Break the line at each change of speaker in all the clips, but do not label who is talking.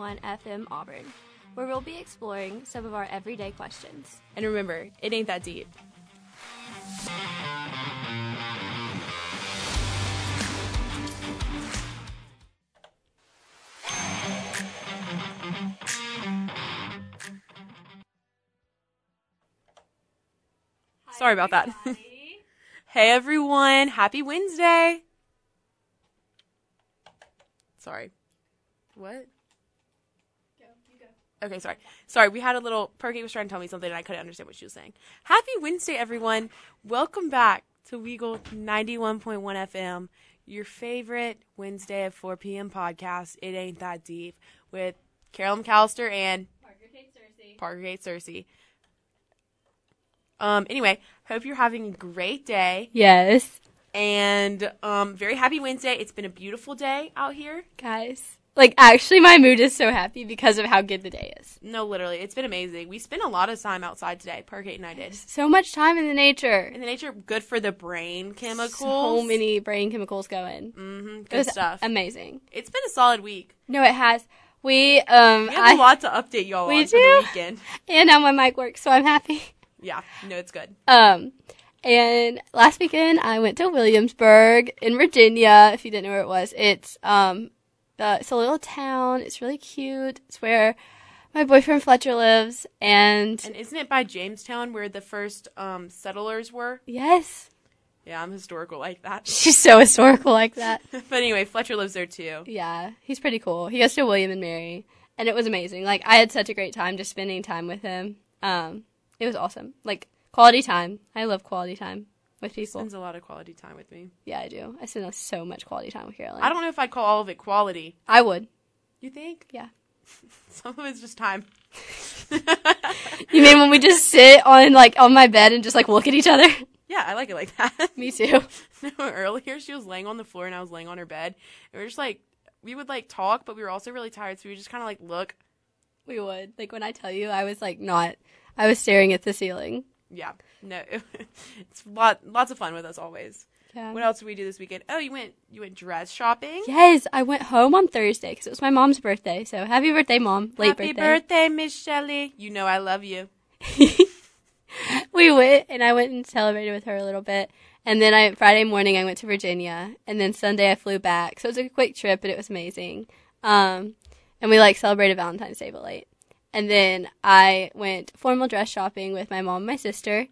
101.1 FM Auburn, where we'll be exploring some of our everyday questions.
And remember, it ain't that deep. Sorry about that. hey everyone, happy Wednesday. Sorry. What? Okay, sorry. Sorry, we had a little Perky was trying to tell me something and I couldn't understand what she was saying. Happy Wednesday everyone. Welcome back to Weagle 91.1 FM, your favorite Wednesday at 4 p.m. podcast, It Ain't That Deep, with Carol McAllister and
Parker Kate Cersei.
Parker Gate Cersei. Um, anyway, hope you're having a great day
Yes,
and um, very happy Wednesday. It's been a beautiful day out here.
guys. Like, actually, my mood is so happy because of how good the day is.
No, literally, it's been amazing. We spent a lot of time outside today, Parkgate and I did.
So much time in the nature.
And the nature, good for the brain chemicals.
So many brain chemicals going.
hmm
It
good
was
stuff.
Amazing.
it's been a solid week.
No, it has. We um,
We have a
I
lot to update y'all
We
on for the
do.
weekend.
and now my mic works, so I'm happy.
Yeah, no, it's good.
Um, and last weekend I went to Williamsburg in Virginia. If you didn't know where it was, it's um, the, it's a little town. It's really cute. It's where my boyfriend Fletcher lives, and,
And isn't it by Jamestown where the first um, settlers were?
yes,
Yeah, I'm historical like that.
she's so historical like that.
but anyway, Fletcher lives there too.
yeah, he's pretty cool. He goes to William and Mary, and it was amazing. Like I had such a great time just spending time with him. Um, it was awesome. Like quality time. I love quality time with people.
Spends a lot of quality time with me.
Yeah, I do. I spend so much quality time with Caroline.
I don't know if I'd call all of it quality.
I would.
You think?
Yeah.
Some of it's just time.
You mean when we just sit on like on my bed and just like look at each other?
yeah, I like it like that.
Me too.
No, earlier she was laying on the floor and I was laying on her bed. And we were just like, we would like talk, but we were also really tired. So we would just kind of like look.
We would. Like when I tell you I was like not I was staring at the ceiling.
Yeah. No, it's lot, lots of fun with us always.
Yeah.
What else did we do this weekend? Oh, you went, you went dress shopping.
Yes, I went home on Thursday because it was my mom's birthday. So happy birthday, mom! Late
Happy
birthday.
birthday, Miss Shelley. You know I love you.
we went and I went and celebrated with her a little bit, and then I Friday morning I went to Virginia, and then Sunday I flew back. So it was a quick trip, but it was amazing. Um, and we like celebrated Valentine's Day, but late. And then I went formal dress shopping with my mom and my sister,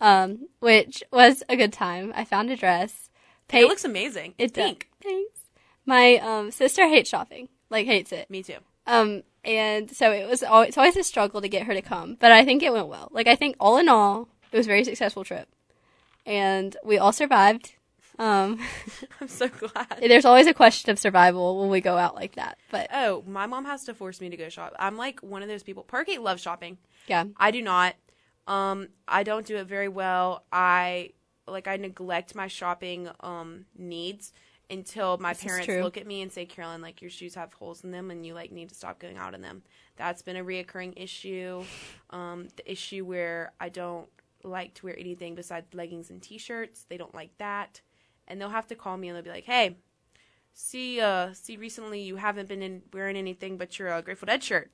um, which was a good time. I found a dress.
It
Pink-
looks amazing.
it does-
pink.
Thanks. My um, sister hates shopping, like hates it.
Me too.
Um, and so it was always, it's always a struggle to get her to come, but I think it went well. Like I think all in all, it was a very successful trip, and we all survived. Um,
I'm so glad.
there's always a question of survival when we go out like that, but
Oh, my mom has to force me to go shop. I'm like one of those people. Parkgate loves shopping.
yeah,
I do not. Um, I don't do it very well. I like I neglect my shopping um needs until my
This is
parents
true.
look at me and say, "Carolyn, like your shoes have holes in them, and you like need to stop going out in them." That's been a reoccurring issue. Um, the issue where I don't like to wear anything besides leggings and t-shirts. They don't like that, and they'll have to call me and they'll be like, "Hey." See, uh, see. Recently, you haven't been in wearing anything but your uh, Grateful Dead shirt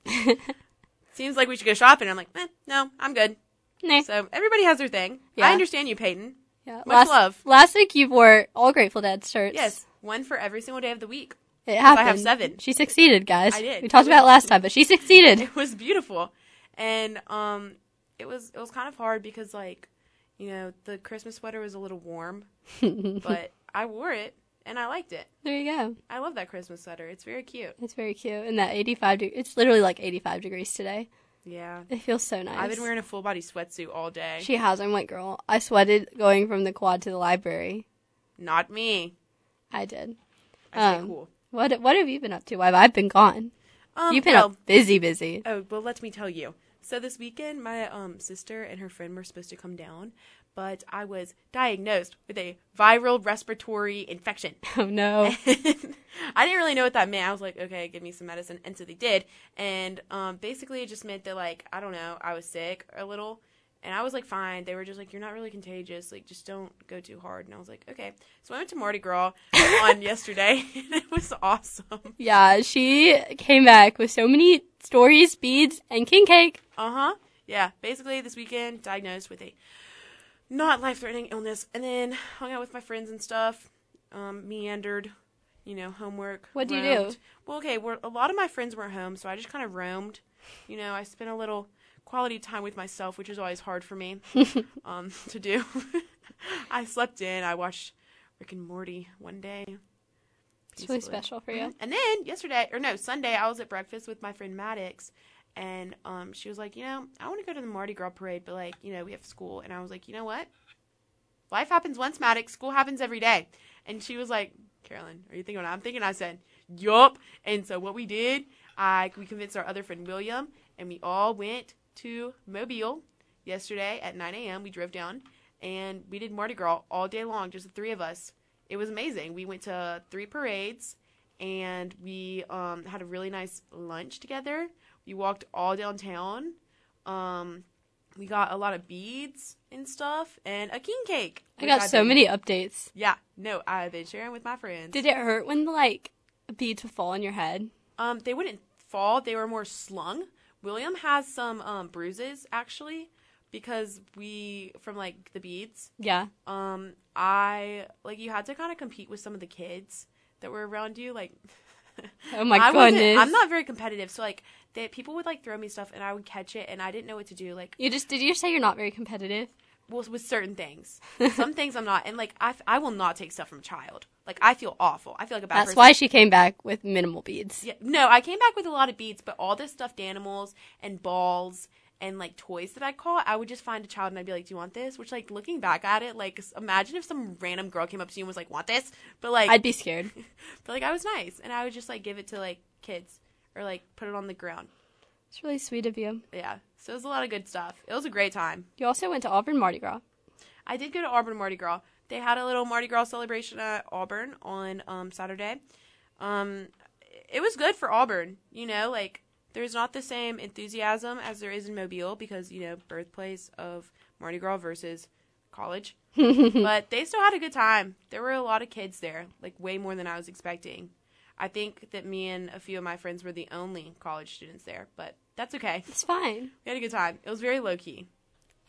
seems like we should go shopping. I'm like, eh, no, I'm good.
Nah.
So everybody has their thing.
Yeah.
I understand you, Peyton.
yeah.
Much
last,
love.
Last week you wore all Grateful Dead shirts.
Yes, one for every single day of the week.
it happened.
have seven.
She succeeded, guys.
I did.
We talked about it last time, but she succeeded.
It was beautiful, and um, it was it was kind of hard because like, you know, the Christmas sweater was a little warm, but I wore it and I liked it.
there you go.
I love that Christmas sweater. It's very cute.
It's very cute, and that 85. De- it's literally like 85 degrees today.
Yeah.
It feels so nice.
I've been wearing a full body sweatsuit all day.
She has. I'm like, girl, I sweated going from the quad to the library.
Not me.
I did.
I stay
Um,
cool.
What What have you been up to? Why have I been gone?
Um,
You've been
well,
up busy, busy.
Oh, well, let me tell you. So this weekend, my um, sister and her friend were supposed to come down, but I was diagnosed with a viral respiratory infection.
Oh no.
I didn't really know what that meant. I was like, okay, give me some medicine, and so they did. And um, basically, it just meant that like I don't know, I was sick a little, And I was like, fine. They were just like, you're not really contagious. Like, just don't go too hard. And I was like, okay. So I went to Mardi Gras on yesterday, and it was awesome.
Yeah, she came back with so many stories, beads, and king cake.
Uh huh. Yeah. Basically, this weekend, diagnosed with a not life threatening illness, and then hung out with my friends and stuff, um, meandered, you know, homework.
What do you do?
roamed. Well, okay. We're, a lot of my friends weren't home, so I just kind of roamed. You know, I spent a little quality time with myself, which is always hard for me. um, to do. I slept in. I watched Rick and Morty one day.
It's really
peacefully.
special for you.
And then yesterday, or no, Sunday, I was at breakfast with my friend Maddox, and um, she was like, you know, I want to go to the Mardi Gras parade, but like, you know, we have school. And I was like, you know what? Life happens once, Maddox. School happens every day. And she was like, Carolyn, are you thinking what I'm thinking? I said, yup. And so what we did, I we convinced our other friend William, and we all went to Mobile yesterday at 9 a.m. We drove down and we did Mardi Gras all day long, just the three of us. It was amazing. We went to three parades and we um, had a really nice lunch together. We walked all downtown. Um, we got a lot of beads and stuff and a king cake.
I
which
got
I've
so
been-
many updates.
Yeah, no, I've been sharing with my friends.
Did it hurt when the like beads would fall on your head?
Um, they wouldn't fall. They were more slung. William has some um, bruises actually because we from like the beads.
Yeah.
Um, I like you had to kind of compete with some of the kids that were around you. Like,
Oh my
I wasn't-
goodness.
I'm not very competitive, so like that people would like throw me stuff and I would catch it and I didn't know what to do. Like,
You just did you say you're not very competitive?
well, with certain things, some things I'm not, and like I, f- I will not take stuff from a child. Like I feel awful. I feel like a bad
That's
person.
why she came back with minimal beads.
Yeah, no, I came back with a lot of beads, but all the stuffed animals and balls and like toys that I caught, I would just find a child and I'd be like, "Do you want this?" Which, like, looking back at it, like, s- imagine if some random girl came up to you and was like, "Want this?" But like,
I'd be scared.
but like, I was nice and I would just like give it to like kids or like put it on the ground.
It's really sweet of you.
Yeah, so it was a lot of good stuff. It was a great time.
You also went to Auburn Mardi Gras.
I did go to Auburn Mardi Gras. They had a little Mardi Gras celebration at Auburn on um, Saturday. Um, it was good for Auburn. You know, like there's not the same enthusiasm as there is in Mobile because you know birthplace of Mardi Gras versus college. but they still had a good time. There were a lot of kids there, like way more than I was expecting. I think that me and a few of my friends were the only college students there, but that's okay.
It's fine.
We had a good time. It was very low key.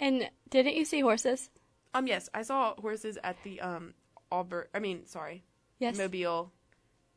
And didn't you see horses?
Um, yes, I saw horses at the um Auburn. I mean, sorry,
Yes.
Mobile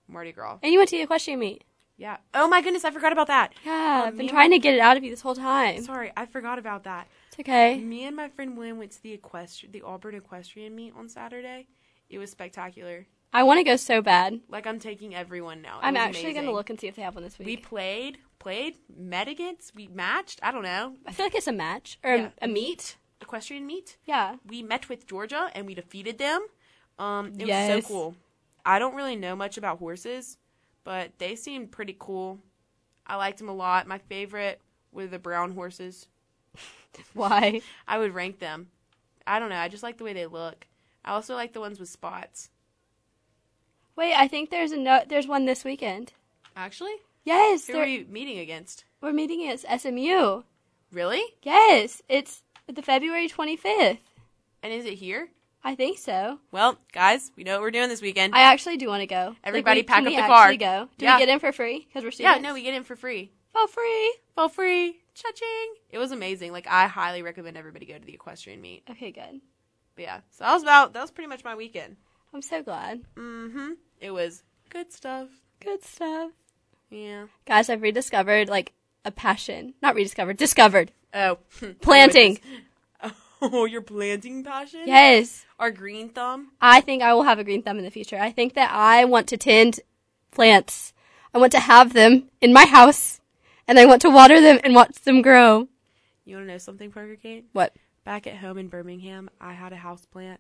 Mardi Gras.
And you went to the equestrian meet.
Yeah. Oh my goodness, I forgot about that.
Yeah,
Um,
I've been
me-
trying to get it out of you this whole time.
Sorry, I forgot about that.
It's okay.
Me and my friend William went to the equestri- the Auburn equestrian meet on Saturday. It was spectacular.
I want to go so bad.
Like I'm taking everyone now. It
I'm
was
actually going to
amazing.
look and see if they have one this week.
We played, played, met against, we matched. I don't know
I feel like it's a match or
Yeah.
a, a meet.
equestrian meet.
Yeah.
we met with Georgia and we defeated them. Um, it was
Yes.
so cool. I don't really know much about horses, but they seemed pretty cool. I liked them a lot. My favorite were the brown horses.
Why?
I would rank them. I don't know. I just like the way they look. I also like the ones with spots.
Wait, I think there's a no- there's one this weekend.
Actually,
Yes,
who
there-
are you meeting against?
we're meeting at SMU.
Really?
Yes, it's the February 25th.
And is it here?
I think so.
Well, guys, we know what we're doing this weekend.
I actually do want to go. Like,
Everybody
we-
pack
can
up
we
the
actually
car.
Go. Do
Yeah.
we get in for free? Because we're
yeah,
students.
no, we get in for free.
for free.
For free. Cha-ching. It was amazing. Like I highly recommend everybody go to the equestrian meet.
Okay, good.
But yeah, so that was about that was pretty much my weekend.
I'm so glad.
Mm-hmm. It was good stuff.
Good stuff,
Yeah.
guys. I've rediscovered like a passion. Not rediscovered. Discovered.
Oh,
Planting.
Oh, your planting passion.
Yes.
Our green thumb.
I think I will have a green thumb in the future. I think that I want to tend plants. I want to have them in my house and I want to water them and watch them grow.
You want to know something, Parker Kate?
What?
Back at home in Birmingham, I had a house plant.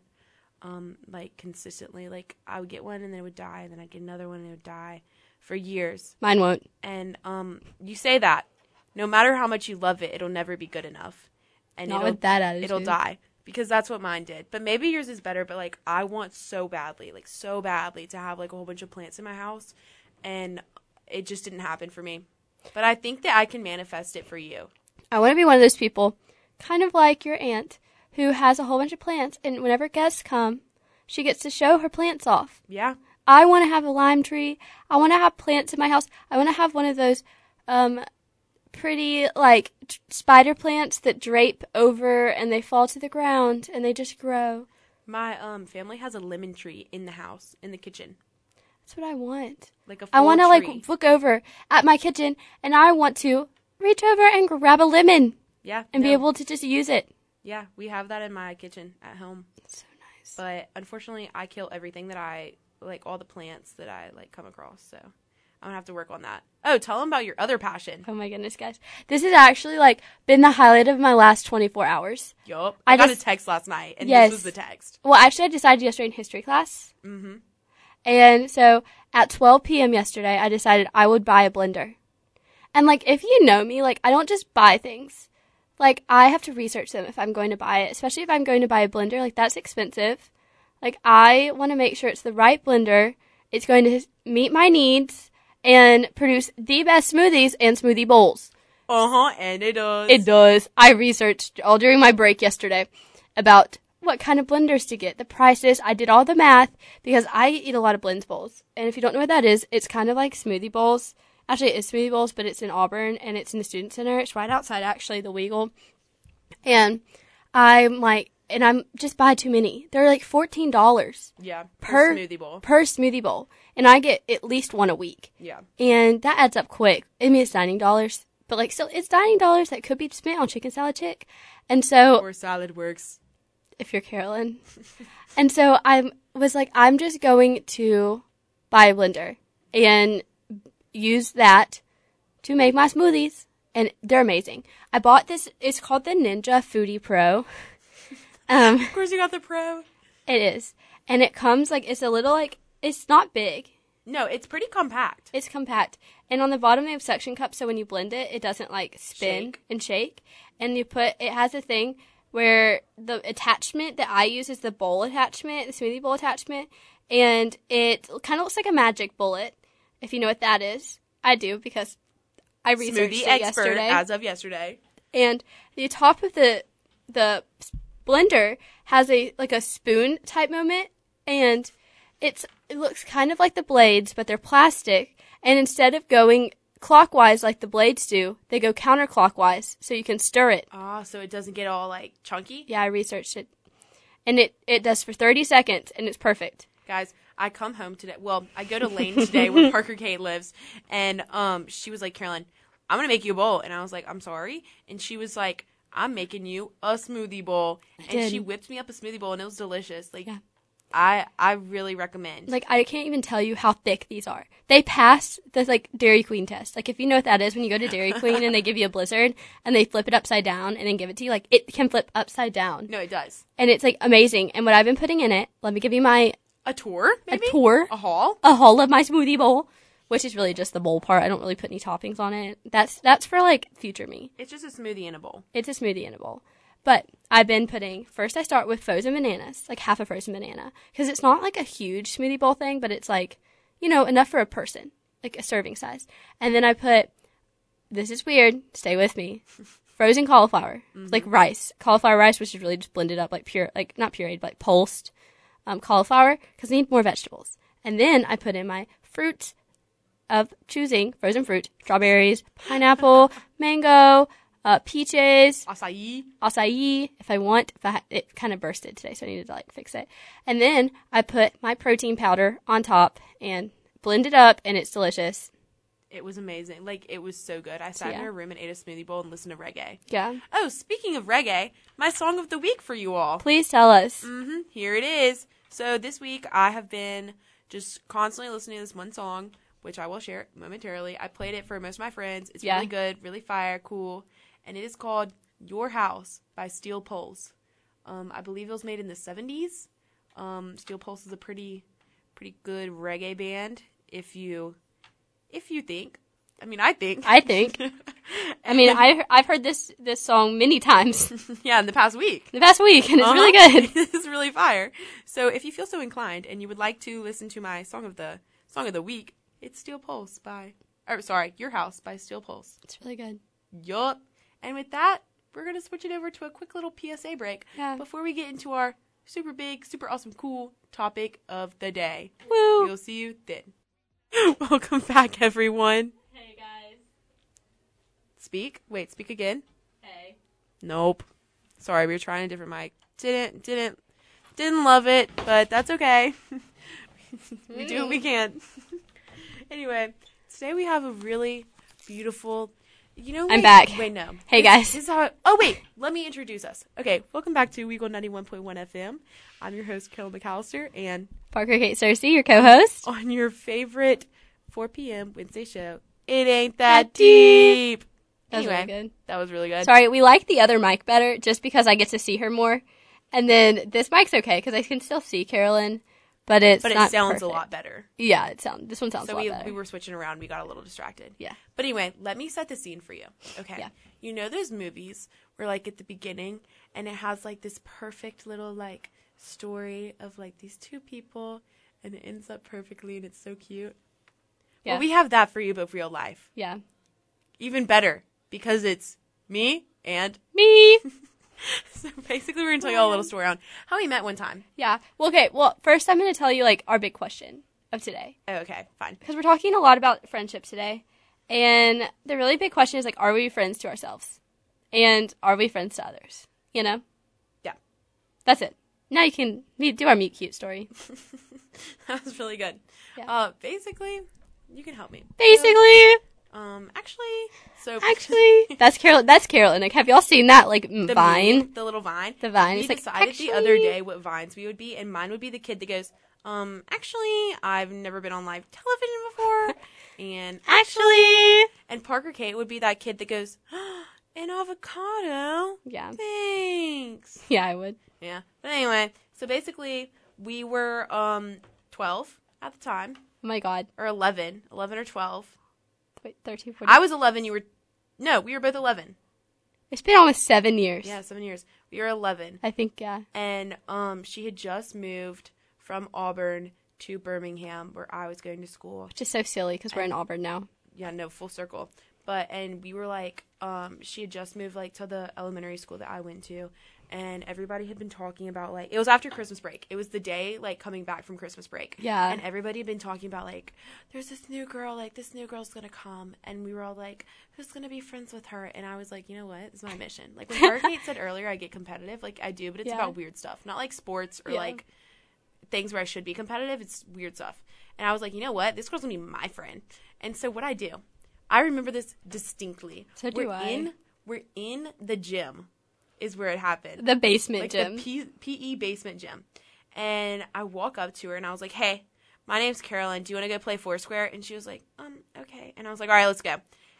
Um, like consistently, like I would get one and then it would die, and then I'd get another one and it would die for years.
Mine won't.
And um, you say that no matter how much you love it, it'll never be good enough. And
Not
it'll-
with that attitude.
it'll die because that's what mine did. But maybe yours is better. But like, I want so badly, like so badly, to have like a whole bunch of plants in my house, and it just didn't happen for me. But I think that I can manifest it for you.
I want to be one of those people kind of like your aunt who has a whole bunch of plants, and whenever guests come, she gets to show her plants off.
Yeah.
I want to have a lime tree. I want to have plants in my house. I want to have one of those um, pretty like t- spider plants that drape over and they fall to the ground and they just grow.
My um family has a lemon tree in the house in the kitchen.
That's what I want.
Like a full
I want to
tree.
like look over at my kitchen and I want to reach over and grab a lemon
yeah
and be
no.
able to just use it.
yeah we have that in my kitchen at home
So nice.
but unfortunately I kill everything that I like all the plants that I like come across so I'm gonna have to work on that oh tell them about your other passion
Oh my goodness, guys. This has actually like been the highlight of my last 24 hours.
yup I,
I
got
just-
a text last night and
Yes.
this was the text
Well, actually, I decided yesterday in history class.
mm-hmm
And so at 12 p.m. yesterday, I decided I would buy a blender. And like, if you know me, like, I don't just buy things. Like, I have to research them if I'm going to buy it, especially if I'm going to buy a blender. Like, that's expensive. Like, I want to make sure it's the right blender. It's going to meet my needs and produce the best smoothies and smoothie bowls.
uh-huh and it does
It does. I researched all during my break yesterday about what kind of blenders to get, the prices. I did all the math because I eat a lot of blends bowls. And if you don't know what that is, it's kind of like smoothie bowls. Actually, it is smoothie bowls, but it's in Auburn and it's in the student center. It's right outside, actually, the Weagle. And I'm like, and I'm just buy too many. They're like fourteen dollars
yeah
per
smoothie bowl
per smoothie bowl, and I get at least one a week
yeah
and that adds up quick. I mean, it's dining dollars, but like still, it's dining dollars that could be spent on chicken salad chick. And so,
or salad works
if you're Carolyn, and so I was like, I'm just going to buy a blender and use that to make my smoothies, and they're amazing. I bought this. It's called the Ninja Foodie Pro. um,
of course you got the pro
it is, and it comes like it's a little like it's not big.
no it's pretty compact
It's compact. And on the bottom they have suction cups so when you blend it it doesn't like spin
Shake.
and shake. And you put it has a thing where the attachment that I use is the bowl attachment, the smoothie bowl attachment, and it kind of looks like a magic bullet, if you know what that is. I do because I researched
smoothie
it
expert
yesterday.
as of yesterday
and the top of the the s- blender has a like a spoon type moment and it's it looks kind of like the blades but they're plastic and instead of going clockwise like the blades do they go counterclockwise so you can stir it
ah so it doesn't get all like chunky
yeah i researched it and it it does for 30 seconds and it's perfect
Guys, I come home today. Well, I go to Lane today where Parker Kate lives, and um, she was like, Carolyn, I'm gonna make you a bowl, and I was like, I'm sorry, and she was like, I'm making you a smoothie bowl, and
did.
she whipped me up a smoothie bowl, and it was delicious. Like,
Yeah.
I I really recommend.
like i can't even tell you how thick these are they pass the like dairy queen test like if you know what that is when you go to dairy queen and they give you a blizzard and they flip it upside down and then give it to you like it can flip upside down
no, it does
and it's like amazing. And what I've been putting in it, let me give you my
a tour, maybe
a tour,
a haul.
a haul of my smoothie bowl, which is really just the bowl part. I don't really put any toppings on it. That's that's for like future me.
It's just a smoothie in a bowl.
It's a smoothie in a bowl. But I've been putting first. I start with frozen bananas, like half a frozen banana, because it's not like a huge smoothie bowl thing, but it's like you know enough for a person, like a serving size. And then I put this is weird. Stay with me. Frozen cauliflower, like rice, cauliflower rice, which is really just blended up like pure, like not pureed, but like pulsed um, cauliflower because I need more vegetables. And then I put in my fruits of choosing: frozen fruit, strawberries, pineapple, mango, uh, peaches,
Acai.
acai if I want. If I ha- it kind of bursted today, so I needed to like fix it. And then I put my protein powder on top and blend it up, and it's delicious.
It was amazing. Like it was so good. I sat in
Yeah.
her room and ate a smoothie bowl and listened to reggae.
Yeah.
Oh, speaking of reggae, my song of the week for you all.
Please tell us.
hmm Here it is. So this week I have been just constantly listening to this one song, which I will share momentarily. I played it for most of my friends. It's
Yeah.
really good, really fire, cool, and it is called "Your House" by Steel Pulse. Um, I believe it was made in the '70s. Um, Steel Pulse is a pretty, pretty good reggae band. If you, if you think, I mean, I think,
I think. I mean,
And-
I, I've heard this this song many times in
yeah, in the past week.
the past week, and it's really
Uh-huh.
good.
it's really fire. So if you feel so inclined and you would like to listen to my song of the song of the week, it's Steel Pulse by or sorry, Your House by Steel Pulse.
It's really good.
Yup. And with that, we're going to switch it over to a quick little PSA break
Yeah.
before we get into our super big, super awesome, cool topic of the day.
Woo.
We'll see you then. Welcome back, everyone.
Hey guys.
Speak. Wait, speak again.
Hey.
Nope. Sorry, we were trying a different mic. Didn't, didn't, didn't love it, but that's okay. we do what we can. anyway, today we have a really beautiful. You know,
I'm
wait-
back.
Wait, no.
Hey,
This-
guys.
This is how. Oh wait, let me introduce us. Okay, welcome back to Weagle ninety one point one FM. I'm your host Kendall McAllister, and
Parker Kate Cersei, your co-host.
on your favorite four p.m. Wednesday show, it ain't that deep.
That was
anyway,
really good.
that was really good.
Sorry, we like the other mic better just because I get to see her more. And then this mic's okay because I can still see Carolyn, but it's
but it
not
sounds a
perfect.
lot better.
Yeah, it sounds. This one sounds
so
a lot
we,
better.
we were switching around. We got a little distracted.
Yeah.
But anyway, let me set the scene for you. Okay.
Yeah.
You know those movies where like at the beginning and it has like this perfect little like story of like these two people and it ends up perfectly and it's so cute.
Yeah.
Well, we have that for you, but real life,
yeah,
even better because it's me and.
me.
So basically, we're gonna tell you all a little story on how we met one time.
yeah. Well, okay. Well, first I'm going to tell you like our big question of today
Oh, okay, fine.
because we're talking a lot about friendship today, and the really big question is like, are we friends to ourselves, and are we friends to others? You know.
Yeah.
That's it. Now you can we do our mute cute story.
that was really good.
Yeah.
Uh, basically, you can help me.
Basically,
Um, actually, so
actually, that's Carol. That's Carolyn. Like, have y'all seen that like m
the
vine?
meme, the little vine,
The vine.
We
It's like,
decided the other
actually-
day what vines we would be, and mine would be the kid that goes, "Um, actually, I've never been on live television before," and
Actually,
and Parker Kate would be that kid that goes, oh, "An avocado,
yeah,
thanks."
yeah, I would.
Yeah, but anyway, so basically, we were um twelve at the time,
Oh my god,
or 11, 11 or twelve.
wait, thirteen, fourteen.
I was eleven. You were, no, we were both eleven.
it's been almost seven years.
Yeah, seven years. We were eleven.
I think. Yeah,
and um, she had just moved from Auburn to Birmingham, where I was going to school.
which is so silly because we're in Auburn now.
Yeah, no, full circle. But and we were like, um, she had just moved like to the elementary school that I went to, and everybody had been talking about like it was after Christmas break. It was the day like coming back from Christmas break.
Yeah.
and everybody had been talking about like there's this new girl, like this new girl's gonna come, and we were all like, who's gonna be friends with her? And I was like, you know what, it's my mission. Like when Eric Nate said earlier, I get competitive. Like I do, but it's
Yeah.
about weird stuff, not like sports or
Yeah.
like things where I should be competitive. It's weird stuff. And I was like, you know what? This girl's gonna be my friend. And so what I do, I remember this distinctly.
So do
we're
I.
In, we're in the gym, is where it happened.
The basement
like
gym.
the P- PE basement gym. And I walk up to her and I was like, hey, my name's Carolyn. Do you want to go play Foursquare? And she was like, um, okay. And I was like, all right, let's go.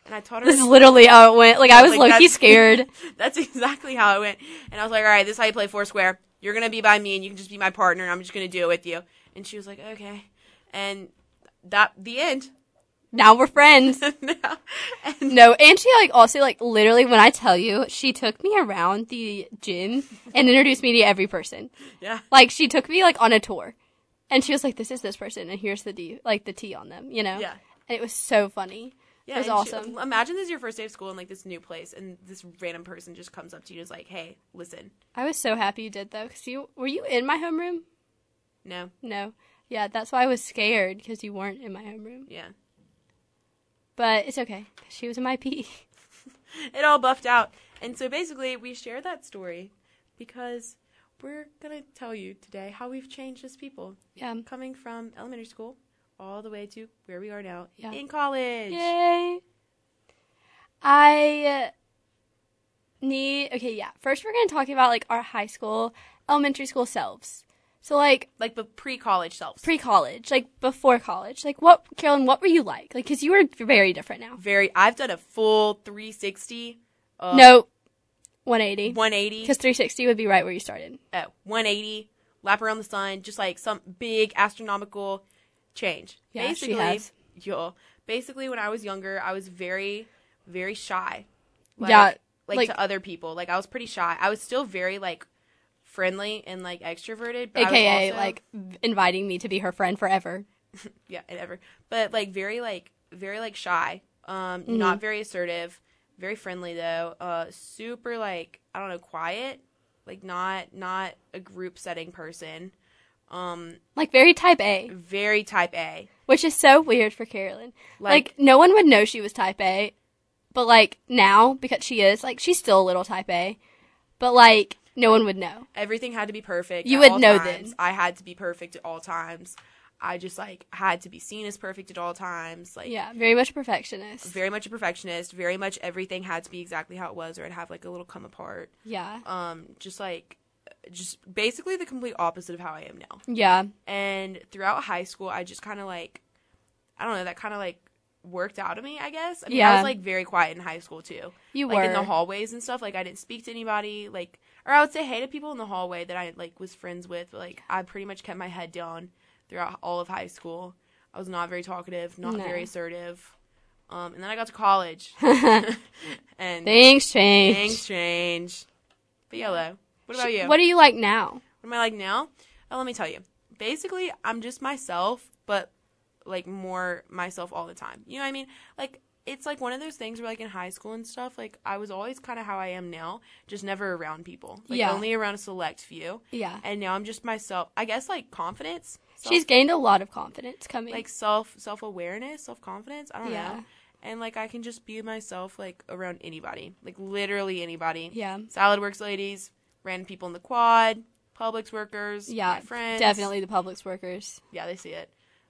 And I taught her.
this is literally how it went. Like I was
Like,
low key
that's-
scared.
That's exactly how it went. And I was like, all right, this is how you play Foursquare. You're going to be by me and you can just be my partner and I'm just going to do it with you. And she was like, okay. And that, the end.
now we're friends.
and
No, and she like also like literally when I tell you, she took me around the gym and introduced me to every person.
yeah.
Like she took me like on a tour, and she was like, "This is this person, and here's the D, like the T on them," you know.
Yeah.
And it was so funny.
Yeah,
it was
and she-
awesome.
imagine this is your first day of school in like this new place, and this random person just comes up to you and is like, "Hey, listen,
I was so happy you did though, because you were you in my homeroom?
no,
No. Yeah, that's why I was scared because you weren't in my homeroom.
yeah."
But it's okay. 'cause She was in my PE.
It all buffed out, and so basically, we share that story because we're gonna tell you today how we've changed as people,
Yeah.
coming from elementary school all the way to where we are now
Yeah.
in college.
Yay. I uh, need okay, yeah. First we're gonna talk about like our high school, elementary school selves. So like
Like the pre-college selves,
pre college, like before college. Like what Carolyn, what were you like? Like cause you were very different now.
very. I've done a full 360. Uh,
no. One eighty.
180.
Because three sixty would be right where you started.
oh, 180 lap around the sun just like some big astronomical change
Yeah, she has.
y'all basically when i was younger i was very very shy like,
Yeah,
like,
like-
to other people like i was pretty shy i was still very like friendly and like extroverted but I was
AKA
also-
like v- inviting me to be her friend forever. Mm-hmm.
yeah and ever but like very like very like shy um not very assertive Very friendly though. Uh, super like I don't know, quiet. Like not not a group setting person. Um,
Like very type A,
very type A.
which is so weird for Carolyn. Like,
Like,
no one would know she was type A, but like now because she is like she's still a little type A, but like no one would know.
everything had to be perfect.
You
at
would
all
know
times.
then.
I had to be perfect at all times. I just like had to be seen as perfect at all times. Like
Yeah, very much a perfectionist.
very much a perfectionist, very much everything had to be exactly how it was or it'd have like a little come apart.
yeah,
Um just like just basically the complete opposite of how I am now.
yeah,
And throughout high school, I just kind of like I don't know, that kind of like worked out of me, I guess. I mean, I
Yeah.
was like very quiet in high school too
you
like
were.
in the hallways and stuff. Like I didn't speak to anybody. Like or I would say hey to people in the hallway that I like was friends with. But, like I pretty much kept my head down throughout all of high school. I was not very talkative, not
No.
very assertive. Um, and then I got to college, and
Things change.
things changed. But yellow. What about you?
What do you like now?
What am I like now? Oh, let me tell you. Basically, I'm just myself, but like more myself all the time. You know what I mean? Like it's like one of those things where like in high school and stuff, like I was always kind of how I am now, just never around people. Like
Yeah.
only around a select few.
Yeah,
And now I'm just myself. I guess like confidence. Self,
she's gained a lot of confidence coming.
like self self awareness, self confidence. I don't
yeah,
know. And like I can just be myself like around anybody, like literally anybody.
yeah,
Salad works ladies, random people in the quad, Publix workers,
yeah.
my friends.
Definitely the public's workers.
Yeah, they see it.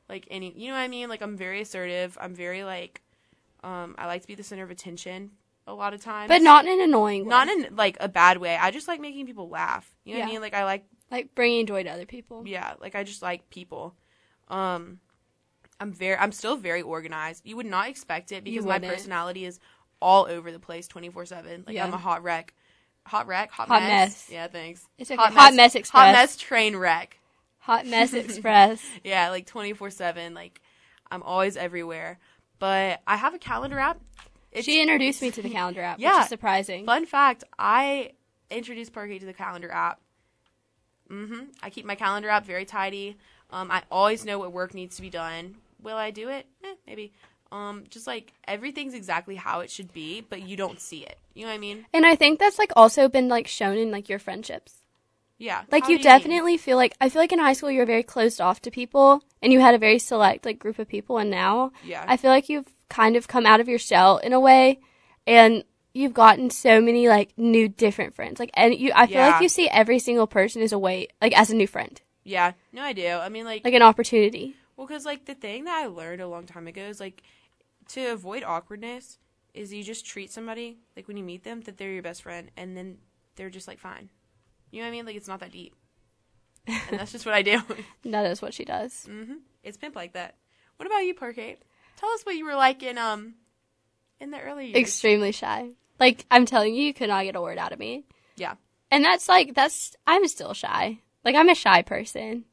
Like any you know what I mean? Like I'm very assertive. I'm very like um I like to be the center of attention a lot of times.
But not in an annoying way.
not in like a bad way. I just like making people laugh. You know what I
Yeah.
mean? Like I like
like bringing joy to other people.
yeah, like I just like people. Um I'm very I'm still very organized. You would not expect it because my
wouldn't.
personality is all over the place 24/7. Like
Yeah.
I'm a hot wreck. Hot wreck, hot,
Hot mess.
Yeah, thanks.
It's okay. Hot mess express.
Hot mess train wreck.
Hot mess express.
Yeah, like 24 7. Like, I'm always everywhere. But I have a calendar app. It's,
she introduced me to the calendar app, which
Yeah.
is surprising.
Fun fact I introduced Parquet to the calendar app. hmm I keep my calendar app very tidy. Um, I always know what work needs to be done. Will I do it? Eh, maybe. Um, just like everything's exactly how it should be, but you don't see it. You know what I mean?
and I think that's like also been like shown in like your friendships.
Yeah.
Like
How
you
do mean?
definitely feel like I feel like in high school you were very closed off to people and you had a very select like group of people and now
Yeah.
I feel like you've kind of come out of your shell in a way and you've gotten so many like new different friends. Like and you I feel
Yeah.
like you see every single person as a way like as a new friend.
yeah. No, I do. I mean, like,
Like an opportunity.
Well, because like the thing that I learned a long time ago is like to avoid awkwardness is you just treat somebody like when you meet them that they're your best friend and then they're just like fine. You know what I mean? Like it's not that deep. And that's just what I do.
And that is what she does.
hmm It's pimp like that. What about you, Parkade? Tell us what you were like in um in the early years.
Extremely shy. Like I'm telling you, you could not get a word out of me.
yeah.
and that's like that's i'm still shy like i'm a shy person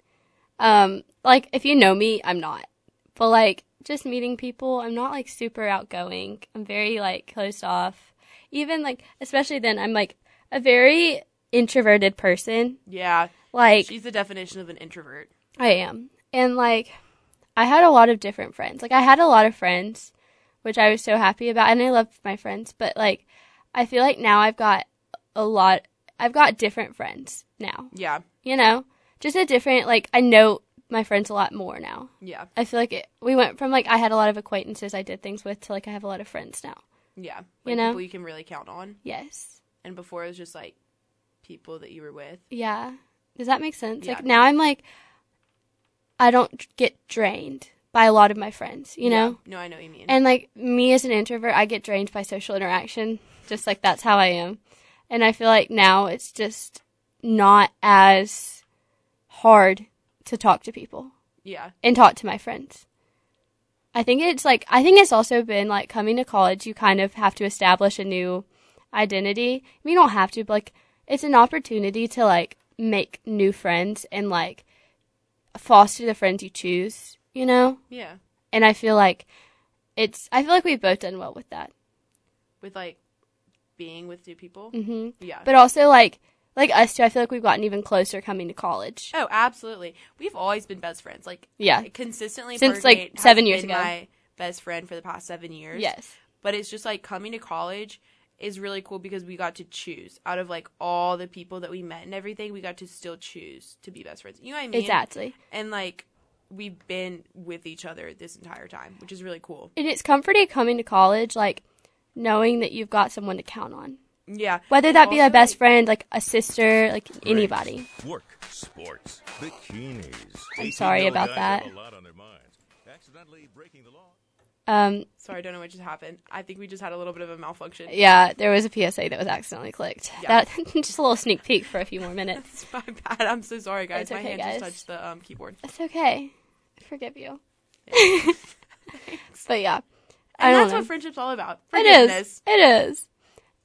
um like if you know me i'm not but like just meeting people i'm not like super outgoing i'm very like closed off even like especially then i'm like a very introverted person
Yeah.
like
She's the definition of an introvert.
I am. And like I had a lot of different friends. Like I had a lot of friends, which I was so happy about and I loved my friends, but like I feel like now I've got a lot I've got different friends now.
Yeah.
You know? Just a different like I know my friends a lot more now.
Yeah.
I feel like it, we went from like I had a lot of acquaintances I did things with to like I have a lot of friends now.
Yeah. Like
You know?
people you can really count on.
Yes.
And before it was just like people that you were with.
Yeah. Does that make sense? Like
Yeah.
now I'm like I don't get drained by a lot of my friends, you know?
Yeah. No, I know what you mean.
And like me as an introvert, I get drained by social interaction. Just like that's how I am. And I feel like now it's just not as hard to talk to people
yeah.
and talk to my friends. I think it's like I think it's also been like coming to college, you kind of have to establish a new identity. I mean, you don't have to, but like it's an opportunity to like make new friends and like foster the friends you choose, you know?
Yeah.
and I feel like it's. I feel like we've both done well with that.
with like being with two people.
hmm
Yeah.
But also like like us two, I feel like we've gotten even closer coming to college.
oh, absolutely. We've always been best friends. Like
Yeah.
consistently
Since,
Parkgate
like,
has
seven years
been
ago.
My best friend for the past seven years.
Yes.
But it's just like coming to college is really cool because we got to choose out of like all the people that we met and everything. We got to still choose to be best friends. You know what I mean?
Exactly.
And like we've been with each other this entire time, which is really cool.
And it's comforting coming to college, like knowing that you've got someone to count on.
Yeah.
Whether
And
that be a
also,
best friend, like a sister, like
Race,
anybody.
Work, sports, bikinis.
I'm sorry
18-year-old
about
guys have
that.
a lot on their minds. Accidentally breaking the law.
Um,
Sorry, I don't know what just happened. I think we just had a little bit of a malfunction.
yeah, there was a PSA that was accidentally clicked.
Yeah.
That just a little sneak peek for a few more minutes.
It's my bad. I'm so sorry, guys.
It's
my
okay,
hand
guys.
just touched the um, keyboard.
It's okay. I forgive you. but yeah, I
And
don't
that's
know.
what friendship's all about.
It is.
Forgiveness.
It is.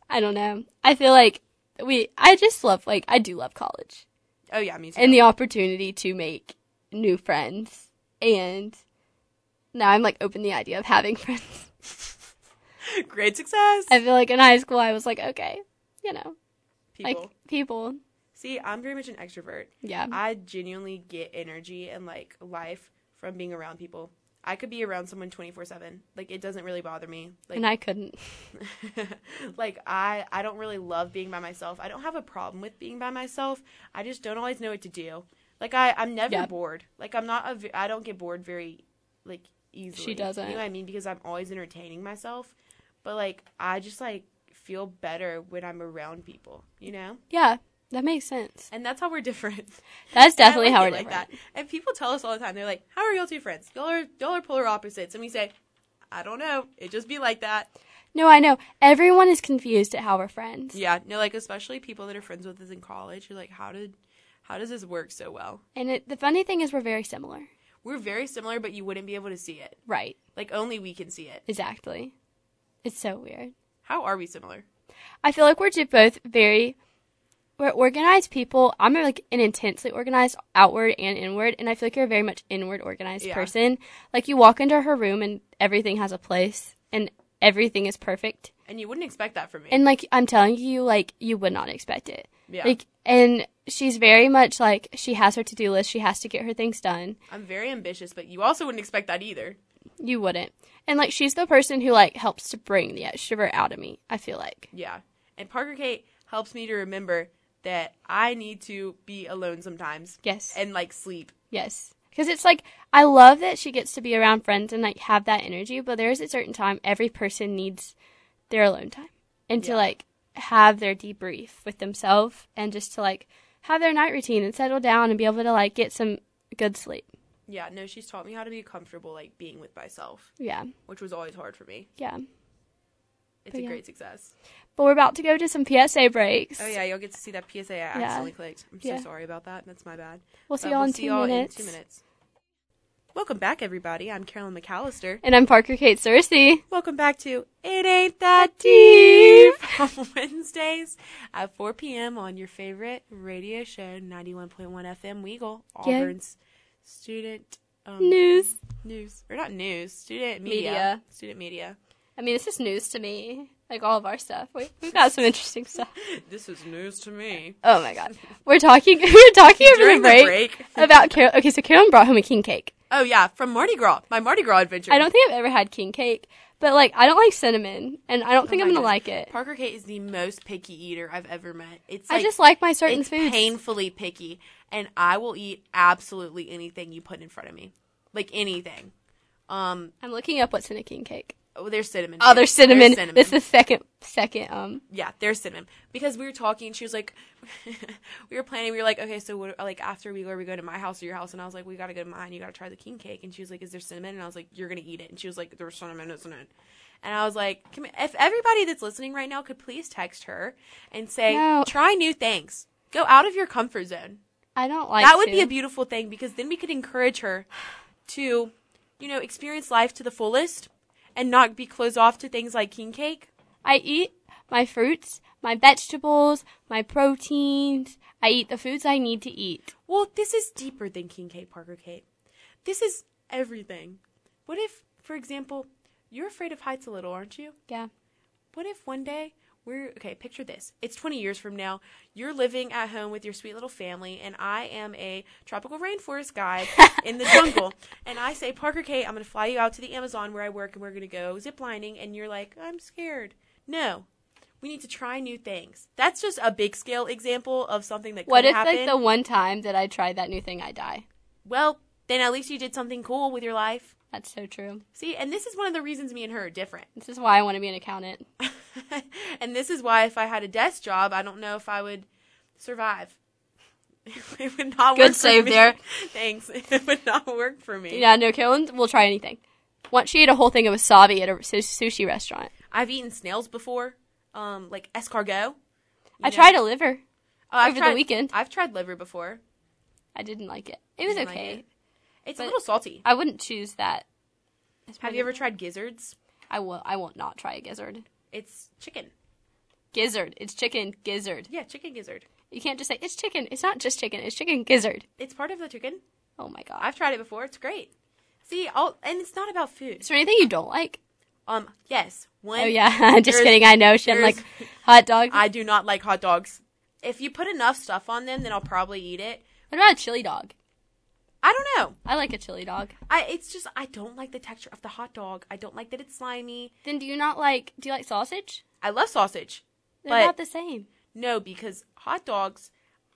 I don't know. I feel like we. I just love. Like I do love college
Oh yeah, me too.
and the opportunity to make new friends. And now I'm like open to the idea of having friends.
Great success.
I feel like in high school I was like, okay, you know,
People.
like Mm-hmm. people.
See, I'm very much an extrovert.
Yeah.
I genuinely get energy and like life from being around people. I could be around someone 24/7. Like it doesn't really bother me. Like
and I couldn't.
like I I don't really love being by myself. I don't have a problem with being by myself. I just don't always know what to do. Like I I'm never
Yeah.
bored. Like I'm not a ve- I don't get bored very like easily.
doesn't.
You know what I mean? Because I'm always entertaining myself. But like I just like feel better when I'm around people, you know?
Yeah, that makes sense.
And that's how we're different.
That's
I
definitely
like
how
it
we're
like
different.
that. And people tell us all the time, they're like, "How are y'all two friends? Y'all are y'all are polar opposites." And we say, "I don't know. It just be like that."
No, I know. Everyone is confused at how we're friends.
Yeah, no, like especially people that are friends with us in college. You're like, how did, how does this work so well?
And it, the funny thing is, we're very similar.
We're very similar, but you wouldn't be able to see it.
Right.
Like only we can see it.
Exactly. It's so weird.
How are we similar?
I feel like we're ju- both very we're organized people. I'm like an intensely organized outward and inward, and I feel like you're a very much inward organized
Yeah.
person. Like you walk into her room and everything has a place and everything is perfect.
And you wouldn't expect that from me.
And like I'm telling you, like you would not expect it.
Yeah.
Like and she's very much like she has her to do list. She has to get her things done.
I'm very ambitious, but you also wouldn't expect that either.
You wouldn't. And like she's the person who like helps to bring the extrovert out of me. I feel like.
Yeah. And Parker Kate helps me to remember that I need to be alone sometimes
Yes.
and like sleep.
Yes. Because it's like, I love that she gets to be around friends and like have that energy, but there is a certain time every person needs their alone time and to
Yeah.
like have their debrief with themselves and just to like have their night routine and settle down and be able to like get some good sleep.
Yeah. No, she's taught me how to be comfortable like being with myself,
Yeah.
which was always hard for me.
Yeah.
It's
But
a
yeah.
great success.
But we're about to go to some PSA breaks.
Oh yeah, you'll get to see that PSA I accidentally clicked. I'm so
Yeah.
sorry about that. That's my bad.
We'll see
But
y'all in
Uh, see
two
y'all
minutes.
in two minutes. Welcome back, everybody. I'm Carolyn McAllister.
And I'm Parker Kate Cersei.
Welcome back to It Ain't That Deep on Wednesdays at 4 p.m. on your favorite radio show, 91.1 FM Weagle,
Yeah.
Auburn's student um,
News.
news or not news, student media,
Media.
student media.
I mean, this is news to me. Like all of our stuff. We, we've got some interesting stuff.
This is news to me.
Oh my god. We're talking we were talking over
During
the break, Uh,
break.
about Carol okay, so Carolyn brought home a king cake.
Oh yeah, from Mardi Gras, my Mardi Gras adventure.
I don't think I've ever had king cake, but like I don't like cinnamon and I don't think
Oh
I'm
my
gonna like
goodness.
it.
Parker Kate is the most picky eater I've ever met. It's
I
like,
just like my certain
it's
foods.
painfully picky, and I will eat absolutely anything you put in front of me, like anything. Um,
I'm looking up what's in a king cake.
oh, there's cinnamon.
Oh, there's cinnamon.
cinnamon.
This is the second second um
yeah, there's cinnamon. Because we were talking, she was like, we were planning. We were like, okay, so what, like after we go, are we going to my house or your house? And I was like, we gotta go to mine. You gotta try the king cake. And she was like, is there cinnamon? And I was like, you're gonna eat it. And she was like, there's cinnamon, isn't it? And I was like, Come, if everybody that's listening right now could please text her and say,
No.
try new things. Go out of your comfort zone.
I don't like
That would be
to.
a beautiful thing because then we could encourage her to, you know, experience life to the fullest and not be closed off to things like king cake.
I eat my fruits, my vegetables, my proteins. I eat the foods I need to eat.
Well, this is deeper than King Kate Parker Kate. This is everything. What if, for example, you're afraid of heights a little, aren't you?
Yeah.
What if one day We're okay, picture this. It's 20 years from now. You're living at home with your sweet little family and I am a tropical rainforest guide in the jungle and I say, "Parker Kate, I'm going to fly you out to the Amazon where I work and we're going to go ziplining." And you're like, "I'm scared." No. We need to try new things. That's just a big scale example of something that could
What if
happen.
like the one time that I tried that new thing, I die?
well, then at least you did something cool with your life.
That's so true.
See, and this is one of the reasons me and her are different.
This is why I want to be an accountant.
and this is why if I had a desk job, I don't know if I would survive. it would not
Good
work. for
save
me.
there.
Thanks. It would not work for me.
Yeah, no, Carolyn will try anything. Once she ate a whole thing of wasabi at a su- sushi restaurant.
I've eaten snails before, um, like escargot.
I tried a liver.
oh, I've
over the
tried,
weekend.
I've tried liver before.
I didn't like it. It was
Didn't like
okay.
it. It's a
But-
little salty.
I wouldn't choose that. It's
Have
pretty-
you ever tried gizzards?
I will. I won't not try a gizzard.
It's chicken.
Gizzard. It's chicken gizzard.
Yeah, chicken gizzard.
You can't just say it's chicken. It's not just chicken. It's chicken gizzard.
It's part of the chicken.
Oh my god.
I've tried it before. It's great. See, all and it's not about food.
Is there anything you don't like?
Um, yes, one.
Oh yeah. just
there's-
kidding. I know. She didn't
there's-
like hot dogs.
I do not like hot dogs. If you put enough stuff on them, then I'll probably eat it.
what about a chili dog?
I don't know.
I like a chili dog.
I it's just I don't like the texture of the hot dog. I don't like that it's slimy.
Then do you not like? Do you like sausage?
I love sausage.
They're
But-
about the same.
No, because hot dogs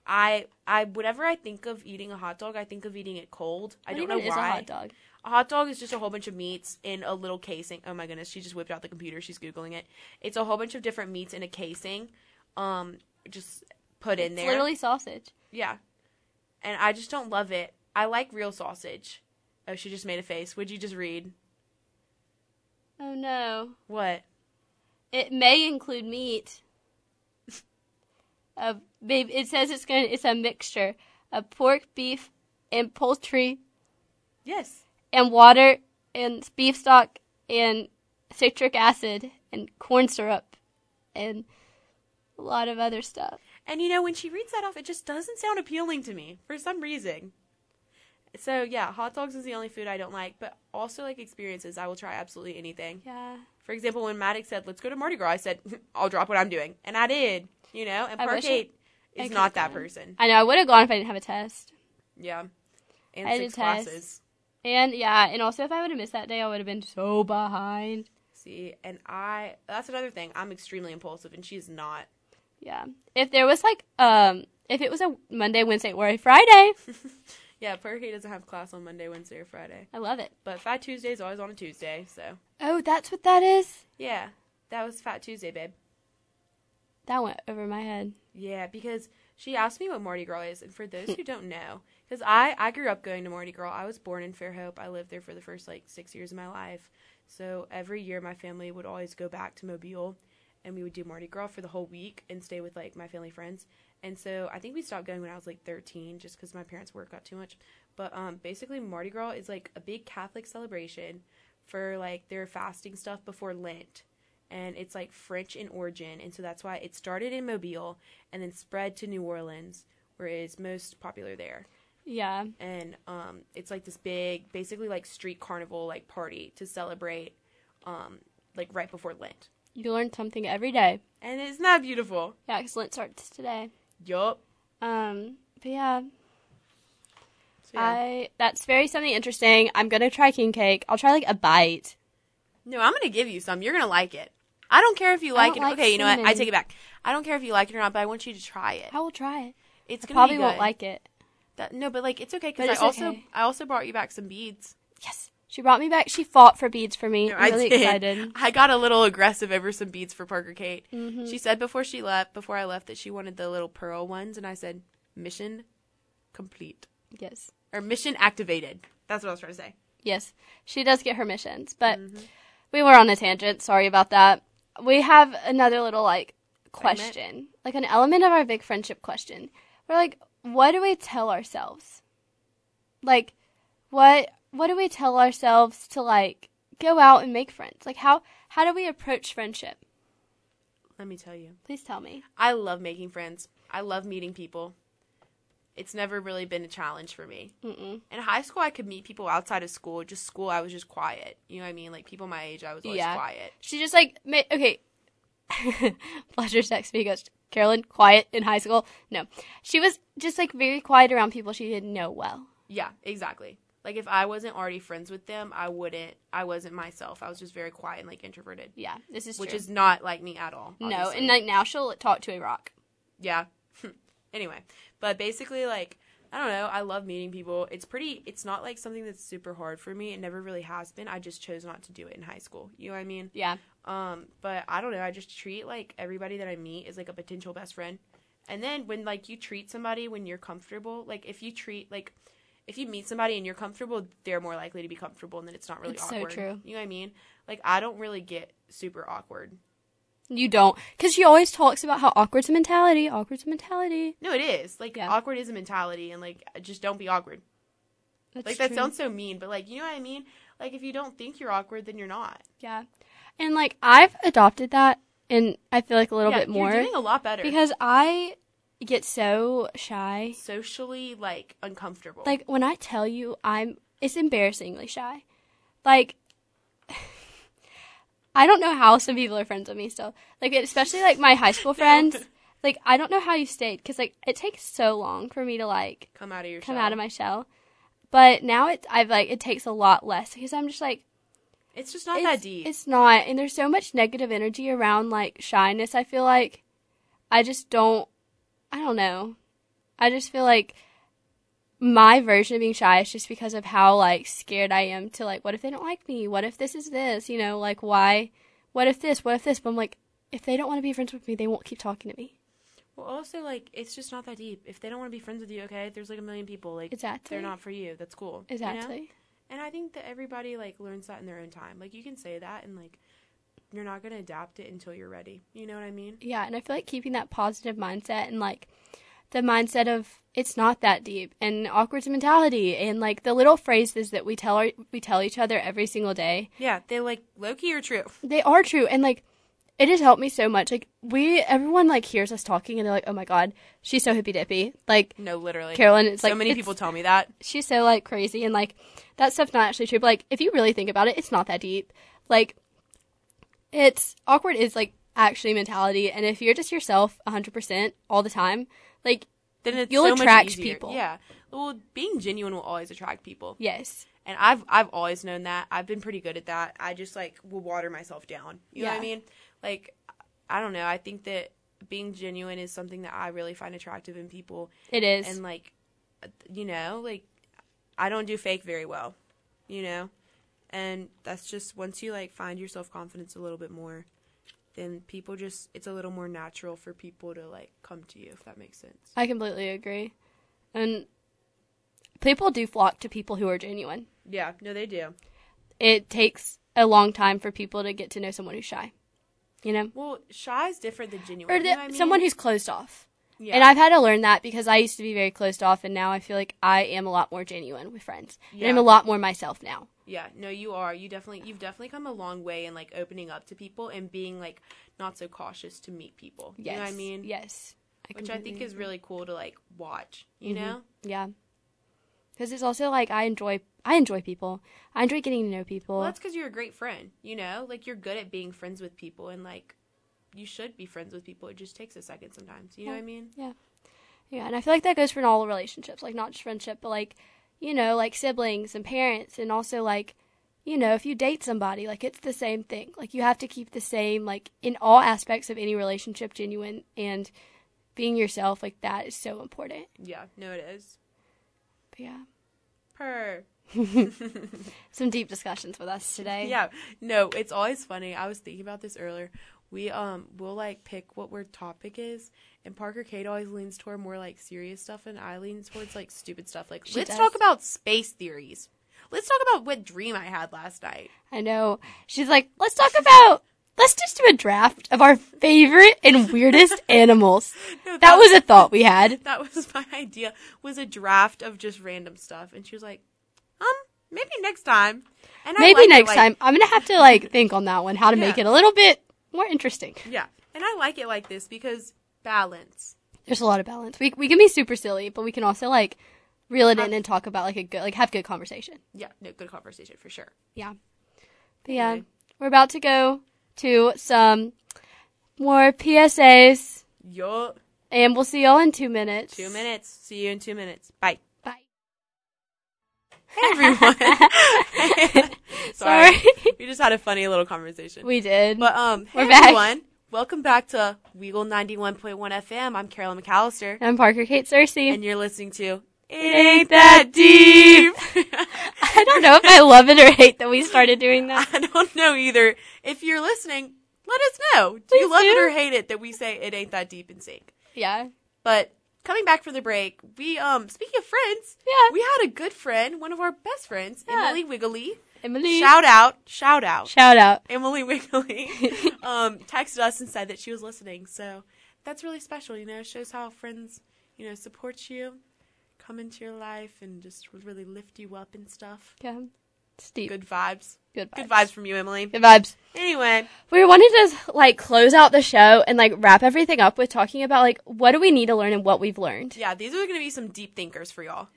I I whenever I think of eating a hot dog, I think of eating it cold. I
What
don't
even
know
is
why.
a hot dog?
A hot dog is just a whole bunch of meats in a little casing. Oh my goodness, she just whipped out the computer. She's googling it. It's a whole bunch of different meats in a casing. Um just put in
It's
there.
literally sausage.
Yeah. And I just don't love it. I like real sausage. Oh, she just made a face. Would you just read?
Oh no.
What?
It may include meat. Of babe, it says it's going. to It's a mixture of pork, beef, and poultry,
Yes.
and water, and beef stock, and citric acid, and corn syrup, and a lot of other stuff.
And you know, when she reads that off, it just doesn't sound appealing to me for some reason. So yeah, hot dogs is the only food I don't like, but also like experiences, I will try absolutely anything.
Yeah.
For example, when Maddox said, "Let's go to Mardi Gras," I said, "I'll drop what I'm doing," and I did. You know, and
I wish
Parkate
I
is
could've
not that
gone.
person.
I know. I would have gone if I didn't have a test.
Yeah, and
I had a
six
test.
classes.
And yeah, and also if I would have missed that day, I would have been so behind.
See, and I—that's another thing. I'm extremely impulsive, and she's not.
Yeah. If there was like um, if it was a Monday, Wednesday, or a Friday,
Yeah, Parkate doesn't have class on Monday, Wednesday, or Friday.
I love it.
But Fat Tuesday is always on a Tuesday, so
Oh, that's what that is.
yeah, that was Fat Tuesday, babe.
That went over my head.
Yeah, because she asked me what Mardi Gras is, and for those who don't know, because I I grew up going to Mardi Gras. I was born in Fairhope. I lived there for the first like six years of my life. So every year, my family would always go back to Mobile, and we would do Mardi Gras for the whole week and stay with like my family friends. And so I think we stopped going when I was like 13, just because my parents' work got too much. But um, basically, Mardi Gras is like a big Catholic celebration for like their fasting stuff before Lent and it's like French in origin, and so that's why it started in Mobile and then spread to New Orleans, where it's most popular there.
Yeah.
And um, it's like this big, basically like street carnival like party to celebrate, um, like right before Lent.
You learn something every day.
And isn't that beautiful?
Yeah, because Lent starts today.
Yup.
Um, but yeah,
So, yeah.
I that's very something interesting. I'm gonna try king cake. I'll try like a bite.
No, I'm gonna give you some. You're gonna like it. I don't care if you like it.
don't like
okay, you know what? I
cinnamon.
take it back. I don't care if you like it or not, but I want you to try it.
I will try it.
It's
I
gonna
probably
be good.
won't like it.
that. No, but like it's okay
But
because
it's
I also
okay.
I also brought you back some beads.
Yes, she brought me back. She fought for beads for me.
No,
I'm really
did.
excited. Mm-hmm.
I got a little aggressive over some beads for Parker Kate. She said before she left, before I left, that she wanted the little pearl ones, and I said, "Mission complete
Yes,
or mission activated." That's what I was trying to say.
yes, she does get her missions. But we were on a tangent. Sorry about that. We have another little like question, like an element of our big friendship question. We're like, what do we tell ourselves? Like, what what do we tell ourselves to like go out and make friends? Like, how how do we approach friendship?
Let me tell you,
Please tell me.
I love making friends. I love meeting people. It's never really been a challenge for me.
Mm-mm.
In high school, I could meet people outside of school. Just school, I was just quiet. You know what I mean? Like people my age, I was always
Yeah.
quiet.
She just like ma- okay. Fletcher texts me, he goes, Carolyn, quiet in high school. No. She was just like very quiet around people she didn't know well.
Yeah, exactly. Like if I wasn't already friends with them, I wouldn't. I wasn't myself. I was just very quiet and like introverted,
Yeah, this is
which
true.
is not like me at all.
no,
obviously.
and like now she'll talk to a rock.
yeah. anyway, but basically, like I don't know. I love meeting people. It's pretty. It's not like something that's super hard for me. It never really has been. I just chose not to do it in high school. You know what I mean?
Yeah,
Um, but I don't know. I just treat like everybody that I meet is like a potential best friend. And then when like you treat somebody when you're comfortable, like if you treat like if you meet somebody and you're comfortable, they're more likely to be comfortable, and then it's not really
It's so
awkward.
true.
You know what I mean? Like I don't really get super awkward.
you don't, because she always talks about how awkward's a mentality. Awkward's a mentality.
No, it is like
Yeah.
awkward is a mentality, and like just don't be awkward.
That's
like that
true.
sounds so mean, but like you know what I mean. Like if you don't think you're awkward, then you're not.
Yeah, and like I've adopted that, and I feel like a little
yeah,
bit more
You're doing a lot better
because I get so shy.
socially like uncomfortable.
Like when I tell you I'm, it's embarrassingly shy. Like I don't know how some people are friends with me still. Like especially like my high school friends. Like I don't know how you stayed because like it takes so long for me to like
come out of your
come
shell.
out of my shell. But now it's I've like it takes a lot less because I'm just like
It's just not
it's,
that deep.
It's not, and there's so much negative energy around like shyness. I feel like I just don't. I don't know. I just feel like my version of being shy is just because of how like scared I am to like, what if they don't like me? What if this is this? You know, like why? What if this? What if this? But I'm like, if they don't want to be friends with me, they won't keep talking to me.
Well, also like it's just not that deep. If they don't want to be friends with you, okay, there's like a million people. Like
Exactly.
they're not for you. That's cool. you know?
Exactly.
And I think that everybody like learns that in their own time. Like you can say that, and like you're not gonna adapt it until you're ready. You know what I mean?
Yeah, and I feel like keeping that positive mindset and like the mindset of it's not that deep and awkward mentality and like the little phrases that we tell our, we tell each other every single day.
Yeah, they like Loki or true.
They are true and like it has helped me so much. Like we everyone like hears us talking and they're like, "Oh my god, she's so hippy dippy." Like
No, literally.
Carolyn, it's
so
like
many
it's-
people tell me that.
she's so like crazy and like that stuff's not actually true but like if you really think about it it's not that deep like it's awkward is like actually mentality and if you're just yourself 100% all the time like
Then it's
You'll
so much
attract
easier.
people.
Yeah. Well, being genuine will always attract people.
yes
and I've I've always known that. I've been pretty good at that. I just like will water myself down. You know what
Yeah.
I mean? Like I don't know. I think that being genuine is something that I really find attractive in people
it is
and like you know, like I don't do fake very well, you know? And that's just once you like find your self-confidence a little bit more, then people just it's a little more natural for people to like come to you if that makes sense.
i completely agree and people do flock to people who are genuine
Yeah, no they do.
it takes a long time for people to get to know someone who's shy you know
Well, shy is different than genuine.
or
you
the,
know what I mean?
someone who's closed off
yeah.
And I've had to learn that because I used to be very closed off, and now I feel like I am a lot more genuine with friends. And I'm
Yeah.
a lot more myself now.
Yeah, no, you are. You definitely, you've definitely come a long way in like opening up to people and being like not so cautious to meet people. You
Yes.
know what I mean?
Yes.
Which I think
completely- Mm-hmm.
is really cool to like watch. You know?
Yeah. Because it's also like I enjoy I enjoy people. I enjoy getting to know people.
Well, that's because you're a great friend. You know, like you're good at being friends with people and like you should be friends with people. It just takes a second sometimes. You know what I mean?
yeah, and I feel like that goes for in all relationships, like not just friendship, but like you know, like siblings and parents, and also like you know, if you date somebody, like it's the same thing. Like you have to keep the same, like in all aspects of any relationship, genuine and being yourself. Like that is so important.
Yeah, no, it is.
But yeah.
Per.
some deep discussions with us today.
Yeah. No, it's always funny. I was thinking about this earlier. We um will like pick what our topic is, and Parker Kate always leans toward more like serious stuff, and I lean towards like stupid stuff. Like
She
let's
does.
talk about space theories. Let's talk about what dream I had last night.
I know. She's like, let's talk about, let's just do a draft of our favorite and weirdest animals.
No,
That was a thought we had.
that was my idea. Was a draft of just random stuff, and she was like, um, maybe next time. And
Maybe
like it,
next
like-
time. I'm going to have to like think on that one, how to make
Yeah.
it a little bit more interesting.
Yeah, and I like it like this because balance.
There's a lot of balance. We, we can be super silly, but we can also like reel
Uh,
it in and talk about like a good, like have good conversation.
Yeah, no, good conversation for sure.
Yeah. But yeah,
Anyway.
we're about to go to some more PSAs,
Yo,
and we'll see y'all in two minutes.
two minutes. See you in two minutes. Bye.
Bye.
everyone.
Sorry.
Sorry. We just had a funny little conversation.
we did.
but um,
We're
hey
back.
everyone. Welcome back to Weagle 91.1 FM. I'm Carolyn McAllister,
I'm Parker Kate Cersei.
uh, and you're listening to It
Ain't
Ain't That Deep.
I don't know if I love it or hate that we started doing that.
I don't know either. If you're listening, let us know. Do you
Please
love it
do.
or hate it that we say It Ain't That Deep in sync?
Yeah.
But coming back from the break, we um speaking of friends,
Yeah.
we had a good friend, one of our best friends,
Yeah.
Emily Wiggly.
Emily.
Shout out, shout out,
Shout out.
Emily Wiggly. um, texted us and said that she was listening, so that's really special. You know, It shows how friends you know support you, come into your life, and just really lift you up and stuff.
Yeah. It's deep.
Good vibes.
Good vibes.
Good vibes from you, Emily.
Good vibes.
Anyway,
We wanted to like close out the show and like wrap everything up with talking about like what do we need to learn and what we've learned.
yeah, these are going to be some deep thinkers for y'all,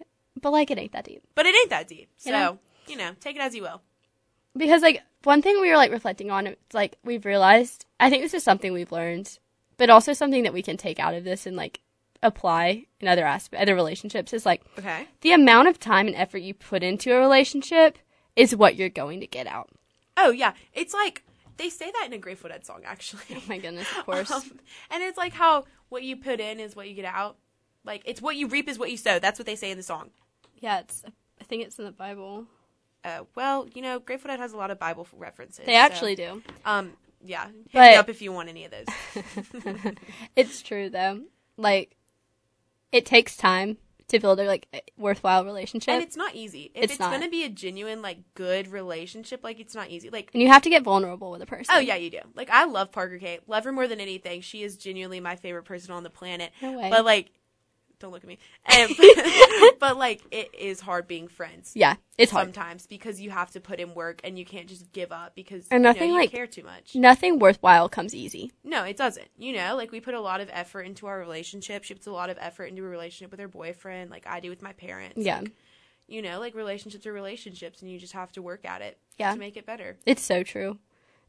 But like it ain't that deep.
but it ain't that deep. So
You know.
you know, take it as you will.
Because like one thing we were like reflecting on it's like we've realized I think this is something we've learned, but also something that we can take out of this and like apply in other aspect other relationships is like
Okay.
the amount of time and effort you put into a relationship is what you're going to get out.
Oh yeah, it's like they say that in a Grateful Dead song, actually.
Oh my goodness, of course.
Um, and it's like how what you put in is what you get out. Like it's what you reap is what you sow. That's what they say in the song.
yeah, it's I think it's in the Bible.
Uh, well, you know, Grateful Dead has a lot of Bible references.
They actually do.
Um, yeah, hit
But-
me up if you want any of those.
It's true though. Like it takes time to build a like a worthwhile relationship.
and
And,
it's not easy. If
It's
it's,
not.
gonna be a genuine, like, good relationship, like it's not easy. Like,
you have to get vulnerable with a person.
oh yeah, you do. Like, I love Parker Kate. Love her more than anything. She is genuinely my favorite person on the planet.
No way.
But like, don't look at me. And, but like, it is hard being friends.
Yeah, it's hard.
sometimes because you have to put in work and you can't just give up because
And
you, know,
nothing
you
like-
care too much.
Nothing worthwhile comes easy.
No, it doesn't. You know, like we put a lot of effort into our relationship. She puts a lot of effort into a relationship with her boyfriend, like I do with my parents.
Yeah.
You know, like relationships are relationships and you just have to work at it
Yeah.
to make it better.
It's so true.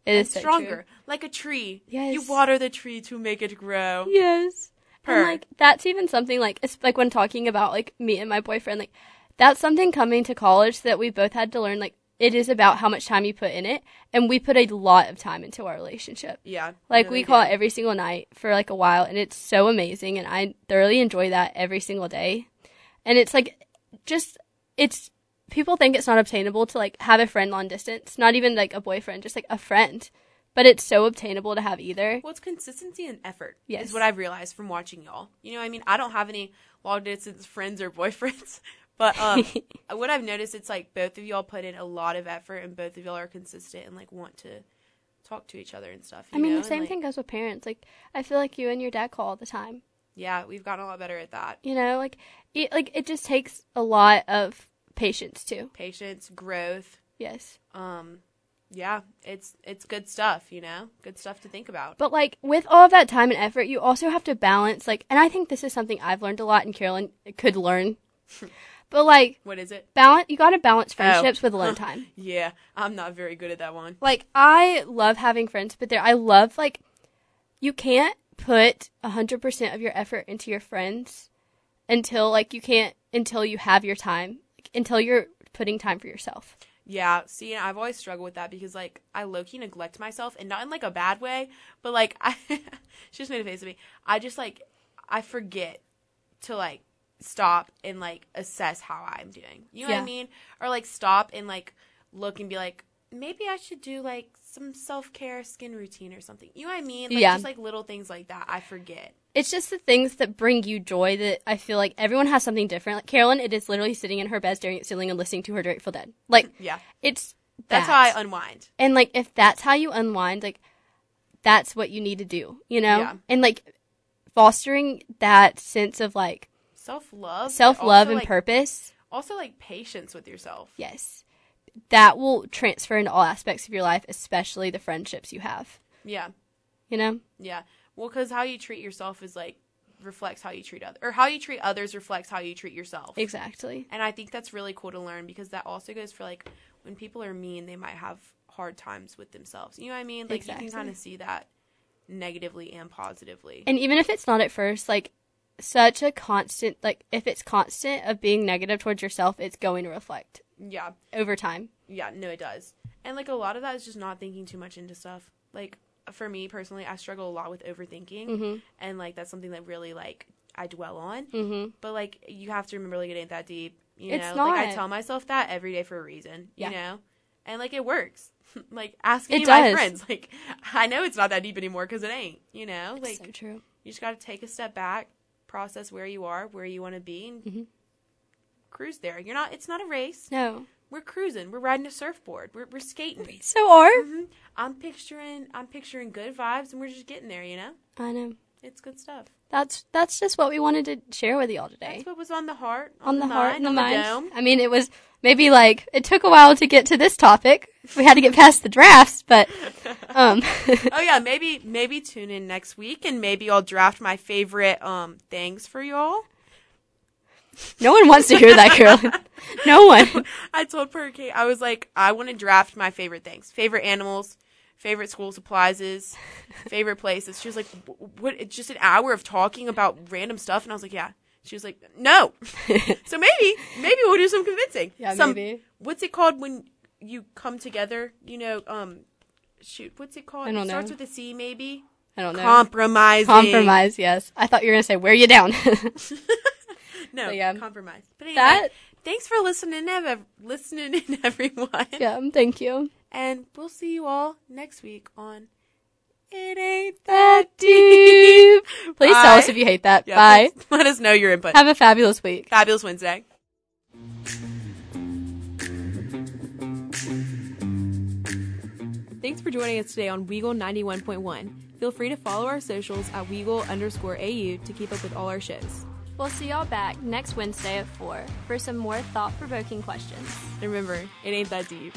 It is so
Stronger.
true.
Like a tree. You
Yes.
water the tree to make it grow.
Yes.
Purr.
And like that's even something like it's like when talking about like me and my boyfriend like that's something coming to college that we both had to learn like it is about how much time you put in it and we put a lot of time into our relationship.
Yeah.
Like
really
we call
do.
it every single night for like a while and it's so amazing and I thoroughly enjoy that every single day. And it's like just it's people think it's not obtainable to like have a friend long distance, not even like a boyfriend, just like a friend. But it's so obtainable to have either.
Well, it's consistency and effort.
Yes.
Is what I've realized from watching y'all. You know, what I mean, I don't have any long distance friends or boyfriends, but um, what I've noticed, it's like both of y'all put in a lot of effort, and both of y'all are consistent and like want to talk to each other and stuff.
I
you
mean,
know?
the
And,
same
like,
thing goes with parents. Like, I feel like you and your dad call all the time.
Yeah, we've gotten a lot better at that.
You know, like, it, like it just takes a lot of patience too.
Patience, growth.
Yes,
Um, yeah, it's it's good stuff. You know, good stuff to think about.
but like with all of that time and effort, you also have to balance. Like, and I think this is something I've learned a lot, and Carolyn could learn. but like,
What is it?
balance. You got to balance friendships with alone time.
Yeah, I'm not very good at that one.
Like, I love having friends, but there, I love like, you can't put hundred percent of your effort into your friends until like you can't until you have your time like, until you're putting time for yourself
Yeah, see, and I've always struggled with that because like I low key neglect myself, and not in like a bad way, but like I, she just made a face at me. I just like I forget to like stop and like assess how I'm doing. You know what
Yeah.
I mean? Or like stop and like look and be like, maybe I should do like some self care skin routine or something. You know what I mean? Like,
Yeah.
Just like little things like that, I forget.
it's just the things that bring you joy that i feel like everyone has something different like carolyn it is literally sitting in her bed staring at ceiling and listening to her grateful dead like
Yeah,
it's
that's
that.
how I unwind.
and like if that's how you unwind like that's what you need to do you know
Yeah.
and like fostering that sense of like
Self love,
self-love and
like,
purpose
Also, like patience with yourself.
yes that will transfer into all aspects of your life especially the friendships you have
Yeah.
you know
Yeah. Well, because how you treat yourself is like reflects how you treat others, or how you treat others reflects how you treat yourself.
exactly
And I think that's really cool to learn because that also goes for like when people are mean, they might have hard times with themselves. You know what I mean? Like you
Exactly.
can kind of see that negatively and positively.
And even if it's not at first, like such a constant, like if it's constant of being negative towards yourself, it's going to reflect
yeah.
over time.
Yeah, no, it does. And like a lot of that is just not thinking too much into stuff. Like for me personally, I struggle a lot with overthinking, and like that's something that really like I dwell on.
Mm-hmm.
But like you have to remember, like it ain't that deep. You
It's
know, like I
not.
tell myself that every day for a reason.
Yeah.
You know, and like it works. like ask
It
any of my
does.
friends. Like I know it's not that deep anymore because it ain't. You know, like
so true.
you just got to take a step back, process where you are, where you want to be, and
Mhm.
cruise there. You're not. It's not a race.
No,
We're cruising. We're riding a surfboard. We're we're skating.
so are
hmm I'm picturing I'm picturing good vibes, and we're just getting there. You know,
I know.
it's good stuff.
That's that's just what we wanted to share with y'all today.
That's what was on the heart, on,
on the heart and
mind,
the
on
mind.
the dome.
I mean, it was maybe like it took a while to get to this topic. We had to get past the drafts, but um,
Oh yeah, maybe maybe tune in next week, and maybe I'll draft my favorite um things for y'all.
no one wants to hear that, Carolyn. No one.
I told Per Kate, I was like, I want to draft my favorite things, favorite animals, favorite school supplies, is, favorite places. She was like, "W- what? It's just an hour of talking about random stuff, and I was like, yeah. She was like, no. so maybe, maybe we'll do some convincing.
Yeah,
some,
maybe.
What's it called when you come together? You know, um, shoot, what's it called?
I don't
it Starts
know.
with a C, maybe.
I don't know.
Compromising.
Compromise. Yes, I thought you were gonna say wear you down.
No,
But yeah.
compromise. But anyway,
That-
thanks for listening, ev- listening, in everyone.
yeah. um, Thank you.
And we'll see you all next week on It Ain't That.
That deep. Please tell us
Bye.
if you hate that.
Yeah,
Bye.
please Let us know your input.
Have a fabulous week.
Fabulous Wednesday. Thanks for joining us today on Weagle 91.1. Feel free to follow our socials at Weagle underscore AU to keep up with all our shows.
We'll see y'all back next Wednesday at four for some more thought-provoking questions.
And remember, it ain't that deep.